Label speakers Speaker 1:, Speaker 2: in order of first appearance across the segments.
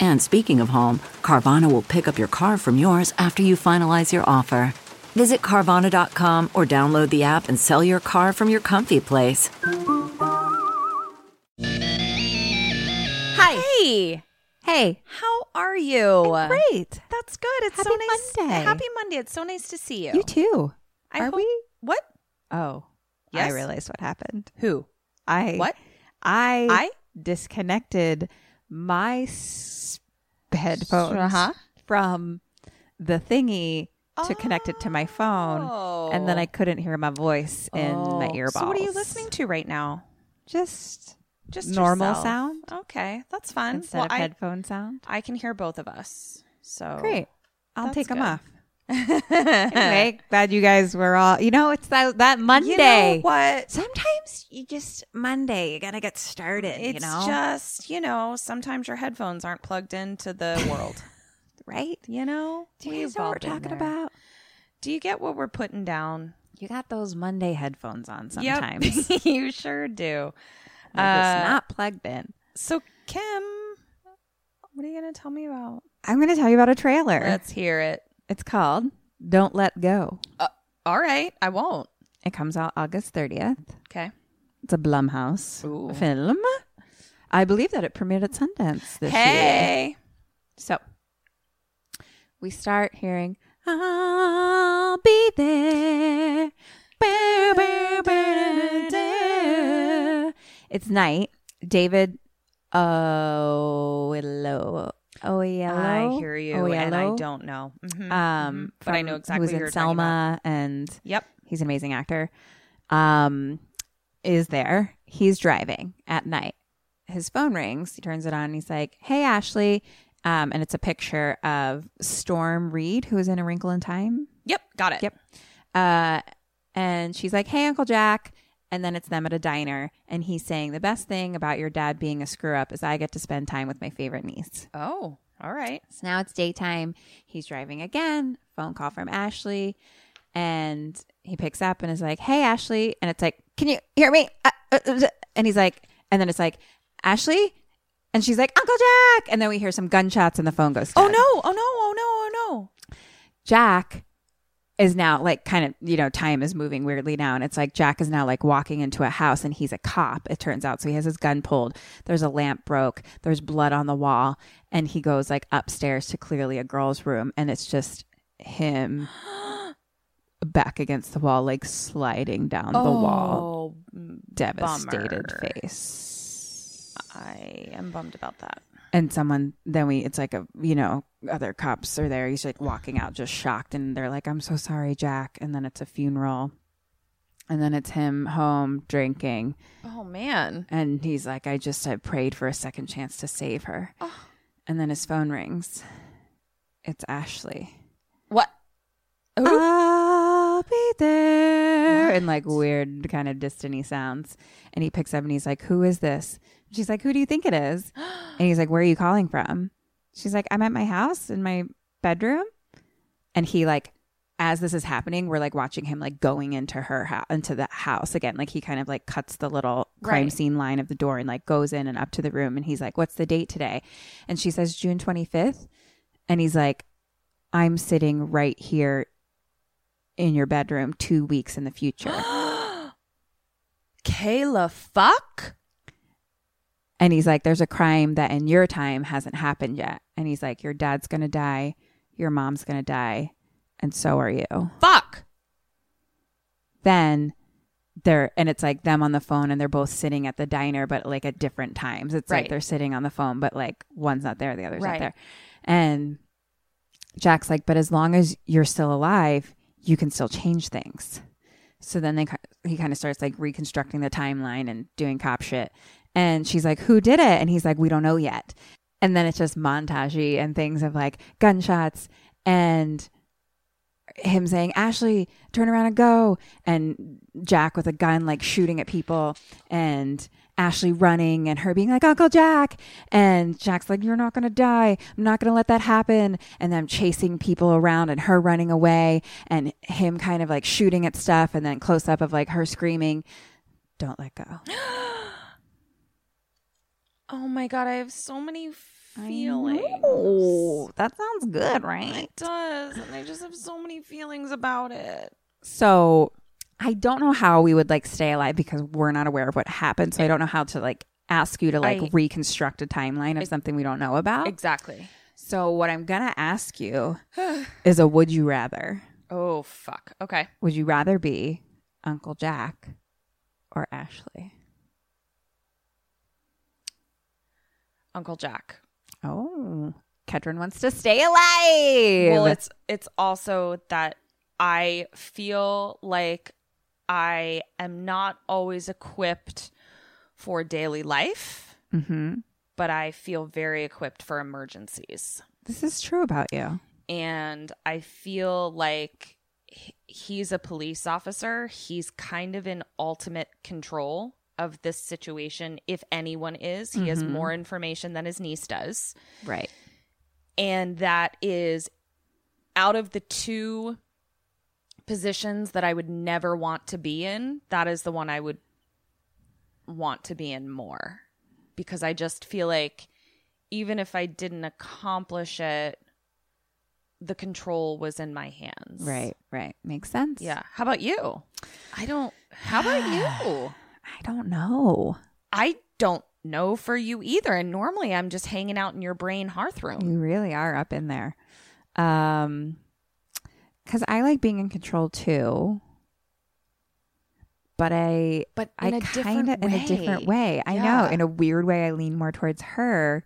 Speaker 1: And speaking of home, Carvana will pick up your car from yours after you finalize your offer. Visit Carvana.com or download the app and sell your car from your comfy place.
Speaker 2: Hi.
Speaker 3: Hey.
Speaker 2: Hey.
Speaker 3: How are you?
Speaker 2: I'm great.
Speaker 3: That's good. It's so
Speaker 2: Happy
Speaker 3: nice.
Speaker 2: Monday.
Speaker 3: Happy Monday. It's so nice to see you.
Speaker 2: You too.
Speaker 3: I
Speaker 2: are
Speaker 3: hope-
Speaker 2: we?
Speaker 3: What?
Speaker 2: Oh, I
Speaker 3: Yes?
Speaker 2: realized what happened.
Speaker 3: Who?
Speaker 2: I
Speaker 3: What?
Speaker 2: I
Speaker 3: I?
Speaker 2: disconnected my s- headphones
Speaker 3: Uh-huh.
Speaker 2: from the thingy to connect it to my phone, and then I couldn't hear my voice in my
Speaker 3: Oh.
Speaker 2: earbuds.
Speaker 3: So what are you listening to right now?
Speaker 2: Just
Speaker 3: Just
Speaker 2: normal
Speaker 3: yourself.
Speaker 2: sound
Speaker 3: Okay, that's fun.
Speaker 2: instead
Speaker 3: Well,
Speaker 2: of
Speaker 3: I,
Speaker 2: headphone sound.
Speaker 3: I can hear both of us. So
Speaker 2: Great. I'll
Speaker 3: that's
Speaker 2: take them
Speaker 3: good.
Speaker 2: off. anyway, glad you guys were all. You know, it's that that Monday.
Speaker 3: You know what?
Speaker 2: Sometimes you just Monday. You gotta get started.
Speaker 3: It's just you know sometimes your headphones aren't plugged into the world.
Speaker 2: right?
Speaker 3: You know.
Speaker 2: Do
Speaker 3: We've
Speaker 2: you guys know what
Speaker 3: all
Speaker 2: we're
Speaker 3: been
Speaker 2: talking
Speaker 3: there.
Speaker 2: about?
Speaker 3: Do you get what we're putting down?
Speaker 2: You got those Monday headphones on
Speaker 3: Yep.
Speaker 2: sometimes.
Speaker 3: you sure do.
Speaker 2: They're just
Speaker 3: Uh,
Speaker 2: not plugged in.
Speaker 3: So, Kim, what are you going to tell me about?
Speaker 2: I'm going to tell you about a trailer.
Speaker 3: Let's hear it.
Speaker 2: it's called "Don't Let Go."
Speaker 3: All right, I won't.
Speaker 2: It comes out August 30th.
Speaker 3: Okay.
Speaker 2: It's a Blumhouse
Speaker 3: Ooh.
Speaker 2: film. I believe that it premiered at Sundance this year.
Speaker 3: Hey.
Speaker 2: So we start hearing, I'll be there. Ba- ba- ba- da. It's night. David oh hello. Oh
Speaker 3: I hear you, and I don't know. Mhm, mhm.
Speaker 2: Um
Speaker 3: but I
Speaker 2: from-
Speaker 3: know
Speaker 2: who
Speaker 3: exactly
Speaker 2: was
Speaker 3: who
Speaker 2: in
Speaker 3: you're talking about.
Speaker 2: Selma and
Speaker 3: Yep.
Speaker 2: he's an amazing actor. Um is there. He's driving at night. His phone rings. He turns it on. And he's like, "Hey, Ashley," um, and it's a picture of Storm Reed, who is in A Wrinkle in Time.
Speaker 3: Yep. Got it.
Speaker 2: Yep. Uh, and she's like, "Hey, Uncle Jack," and then it's them at a diner, and he's saying, "The best thing about your dad being a screw up is I get to spend time with my favorite niece."
Speaker 3: Oh, all right.
Speaker 2: So now it's daytime. He's driving again. Phone call from Ashley. And he picks up and is like, Hey, Ashley. And it's like, Can you hear me? Uh, uh, uh," And he's like, And then it's like, Ashley? And she's like, Uncle Jack. And then we hear some gunshots and the phone goes,
Speaker 3: Oh,
Speaker 2: dead.
Speaker 3: no. Oh, no. Oh, no. Oh, no.
Speaker 2: Jack is now like kind of, you know, time is moving weirdly now. And it's like Jack is now like walking into a house and he's a cop, it turns out. So he has his gun pulled. There's a lamp broke. There's blood on the wall. And he goes like upstairs to clearly a girl's room. And it's just him back against the wall, like sliding down the wall. Devastated
Speaker 3: Oh, bummer.
Speaker 2: face.
Speaker 3: I am bummed about that.
Speaker 2: And someone, then we, it's like a, you know, other cops are there. He's like walking out just shocked. And they're like, I'm so sorry, Jack. And then it's a funeral. And then it's him home drinking.
Speaker 3: Oh, man.
Speaker 2: And he's like, I just I prayed for a second chance to save her. And then his phone rings. It's Ashley.
Speaker 3: What? Who?
Speaker 2: I'll be there. And like weird kind of distant sounds. And he picks up and he's like, Who is this? And she's like, Who do you think it is? And he's like, Where are you calling from? She's like, I'm at my house in my bedroom. And he like, as this is happening, we're like watching him like going into her house, into the house again. Like he kind of like cuts the little crime
Speaker 3: Right.
Speaker 2: scene line of the door and like goes in and up to the room. And he's like, "What's the date today?" And she says, "June 25th." And he's like, "I'm sitting right here in your bedroom two weeks in the future."
Speaker 3: Kayla Fuck?
Speaker 2: And he's like, there's a crime that in your time hasn't happened yet. And he's like, your dad's going to die. Your mom's going to die. and so are you.
Speaker 3: Fuck.
Speaker 2: Then they're and it's like them on the phone and they're both sitting at the diner but like at different times. It's
Speaker 3: Right.
Speaker 2: like they're sitting on the phone but like one's not there, the other's
Speaker 3: Right.
Speaker 2: not there. And Jack's like, "But as long as you're still alive, you can still change things." So then they ki- he kind of starts like reconstructing the timeline and doing cop shit. And she's like, "Who did it?" And he's like, "We don't know yet." And then it's just montagey and things of like gunshots and him saying, "Ashley, turn around and go," and Jack with a gun like shooting at people and. Ashley running and her being like, Uncle Jack. And Jack's like, You're not going to die. I'm not going to let that happen. And them chasing people around and her running away and him kind of like shooting at stuff and then close up of like her screaming, Don't let go.
Speaker 3: Oh my god, I have so many feelings.
Speaker 2: Oh, that sounds good, right?
Speaker 3: It does, and I just have so many feelings about it.
Speaker 2: So I don't know how we would like stay alive because we're not aware of what happened. So I don't know how to like ask you to like
Speaker 3: I-
Speaker 2: reconstruct a timeline of something we don't know about.
Speaker 3: Exactly.
Speaker 2: so what I'm going to ask you is a would you rather?
Speaker 3: Oh fuck. Okay.
Speaker 2: Would you rather be Uncle Jack or Ashley?
Speaker 3: Uncle Jack.
Speaker 2: Oh, Kedron wants to stay alive.
Speaker 3: Well, it's it's also that I feel like I am not always equipped for daily life,
Speaker 2: hmm
Speaker 3: but I feel very equipped for emergencies.
Speaker 2: This is true about you.
Speaker 3: And I feel like h- he's a police officer. He's kind of in ultimate control of this situation if anyone is. He has more information than his niece does.
Speaker 2: Right.
Speaker 3: and that is out of the two positions that I would never want to be in, that is the one I would want to be in more because I just feel like even if I didn't accomplish it, the control was in my hands.
Speaker 2: Right. Right. Makes sense.
Speaker 3: Yeah. How about you? I don't. How about you?
Speaker 2: I don't know.
Speaker 3: I don't know for you either. And normally I'm just hanging out in your brain hearth room.
Speaker 2: You really are up in there. Um, because I like being in control too. But I,
Speaker 3: But
Speaker 2: I
Speaker 3: in a
Speaker 2: kind of
Speaker 3: different
Speaker 2: in a different way. I
Speaker 3: Yeah.
Speaker 2: know in a weird way, I lean more towards her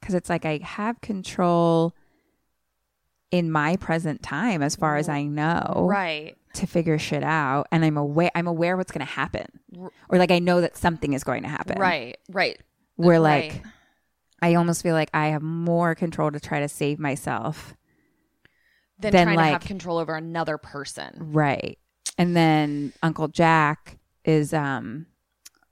Speaker 2: because it's like I have control in my present time, as far as I know,
Speaker 3: Right.
Speaker 2: to figure shit out, and I'm aware. I'm aware what's going to happen, or like I know that something is going to happen.
Speaker 3: Right, right.
Speaker 2: Where
Speaker 3: Right.
Speaker 2: like I almost feel like I have more control to try to save myself.
Speaker 3: Than
Speaker 2: then,
Speaker 3: trying to have
Speaker 2: like-
Speaker 3: control over another person.
Speaker 2: Right. And then Uncle Jack is um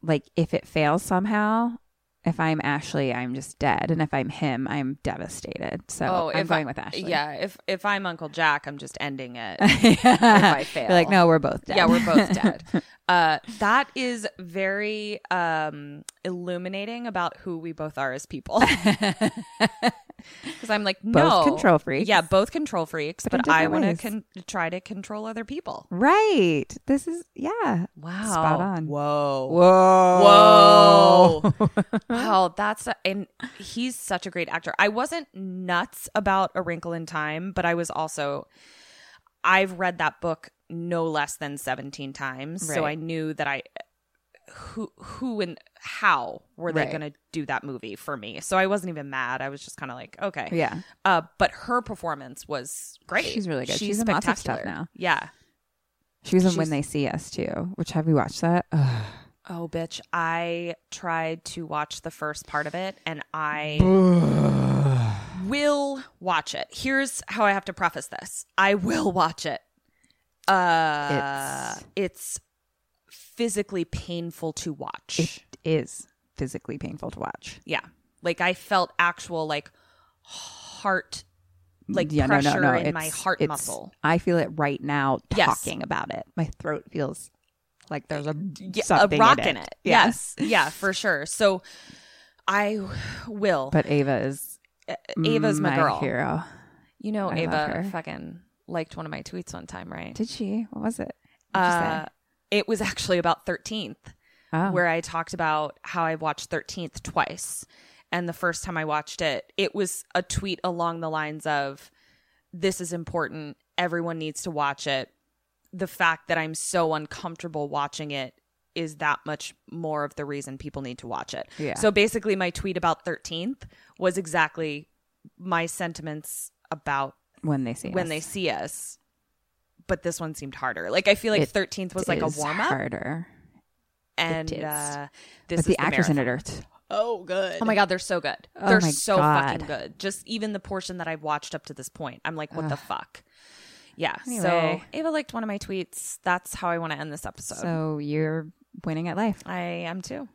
Speaker 2: like if it fails somehow, if I'm Ashley, I'm just dead. And if I'm him, I'm devastated. So I'm
Speaker 3: Oh, if I-
Speaker 2: going with Ashley.
Speaker 3: Yeah, if if I'm Uncle Jack, I'm just ending it.
Speaker 2: if I
Speaker 3: fail.
Speaker 2: like, no, we're both dead.
Speaker 3: yeah, we're both dead. Uh, that is very um, illuminating about who we both are as people. Because I'm like, no,
Speaker 2: Both control freaks.
Speaker 3: Yeah, both control freaks,
Speaker 2: But in
Speaker 3: but, I
Speaker 2: different
Speaker 3: want to
Speaker 2: ways.
Speaker 3: con- try to control other people.
Speaker 2: Right. This is yeah.
Speaker 3: Wow,
Speaker 2: Spot on.
Speaker 3: Whoa,
Speaker 2: Whoa. Whoa.
Speaker 3: Wow, that's a, and he's such a great actor. I wasn't nuts about A Wrinkle in Time, but I was also I've read that book no less than 17 times, so
Speaker 2: Right.
Speaker 3: I knew that I who who and how were they
Speaker 2: Right.
Speaker 3: going to do that movie for me. So I wasn't even mad. I was just kind of like, okay.
Speaker 2: yeah.
Speaker 3: Uh but her performance was great.
Speaker 2: She's really good. She's in lots of stuff now.
Speaker 3: Yeah.
Speaker 2: She was in
Speaker 3: She's-
Speaker 2: When They See Us too, which have you watched that? Ugh.
Speaker 3: Oh bitch, I tried to watch the first part of it and I will watch it. Here's how I have to preface this. I will watch it. Uh it's, physically painful to watch.
Speaker 2: It is physically painful to watch.
Speaker 3: yeah. Like I felt actual like heart like
Speaker 2: Yeah, no, no,
Speaker 3: pressure
Speaker 2: no.
Speaker 3: in my
Speaker 2: It's-
Speaker 3: heart
Speaker 2: it's-
Speaker 3: muscle.
Speaker 2: I feel it right now
Speaker 3: Yes.
Speaker 2: talking about it. My throat feels like there's a,
Speaker 3: Yeah, a
Speaker 2: something
Speaker 3: rock
Speaker 2: in it. Yeah.
Speaker 3: Yes. yeah, for sure. So I will.
Speaker 2: But Ava is
Speaker 3: Ava's my, girl.
Speaker 2: hero.
Speaker 3: You know,
Speaker 2: I love her.
Speaker 3: Ava fucking liked one of my tweets one time, right?
Speaker 2: Did she? What was it? What'd you say?
Speaker 3: Uh, it was actually about 13th,
Speaker 2: Oh.
Speaker 3: where I talked about how I watched 13th twice. And the first time I watched it, it was a tweet along the lines of, This is important. Everyone needs to watch it. The fact that I'm so uncomfortable watching it is that much more of the reason people need to watch it.
Speaker 2: Yeah.
Speaker 3: So basically, my tweet about 13th was exactly my sentiments about
Speaker 2: when they see
Speaker 3: when
Speaker 2: us.
Speaker 3: they see us. But this one seemed harder. Like I feel like
Speaker 2: It
Speaker 3: 13th was like a
Speaker 2: is
Speaker 3: warm up,
Speaker 2: harder.
Speaker 3: and
Speaker 2: is.
Speaker 3: uh,
Speaker 2: But
Speaker 3: this
Speaker 2: the
Speaker 3: is
Speaker 2: actors
Speaker 3: marathon.
Speaker 2: in it are t-
Speaker 4: Oh, good.
Speaker 3: Oh my god, they're so good.
Speaker 2: Oh
Speaker 3: they're
Speaker 2: my
Speaker 3: so
Speaker 2: God.
Speaker 3: fucking good. Just even the portion that I've watched up to this point, I'm like, what the fuck? Yeah.
Speaker 2: Anyway.
Speaker 3: So Ava liked one of my tweets. That's how I want to end this episode.
Speaker 2: so you're winning at life.
Speaker 3: I am too.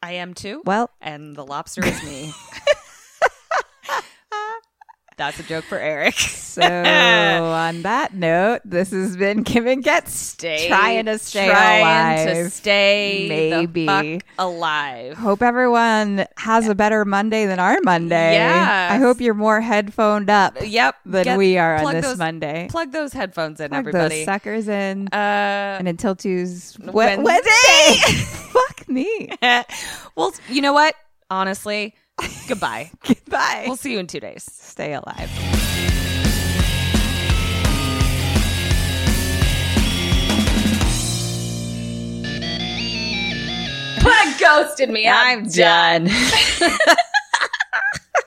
Speaker 3: I am too.
Speaker 2: Well,
Speaker 3: and the lobster is me. That's a joke for Eric.
Speaker 2: so on that note, this has been Kim and Get
Speaker 3: Stay-
Speaker 2: trying to stay
Speaker 3: trying
Speaker 2: alive.
Speaker 3: to stay
Speaker 2: Maybe.
Speaker 3: maybe the fuck alive.
Speaker 2: Hope everyone has a better Monday than our Monday.
Speaker 3: Yes.
Speaker 2: I hope you're more headphoned up
Speaker 3: Yep.
Speaker 2: than
Speaker 3: Get-
Speaker 2: we are on
Speaker 3: plug
Speaker 2: this
Speaker 3: those-
Speaker 2: Monday.
Speaker 3: Plug those headphones in,
Speaker 2: Plug
Speaker 3: everybody.
Speaker 2: those suckers in.
Speaker 3: uh,
Speaker 2: and until Tues
Speaker 3: Wednesday.
Speaker 2: Wednesday. Fuck me.
Speaker 3: well, you know what? Honestly, goodbye.
Speaker 2: Goodbye.
Speaker 3: We'll see you in two days.
Speaker 2: stay alive.
Speaker 3: Put a ghost in me. I'm done.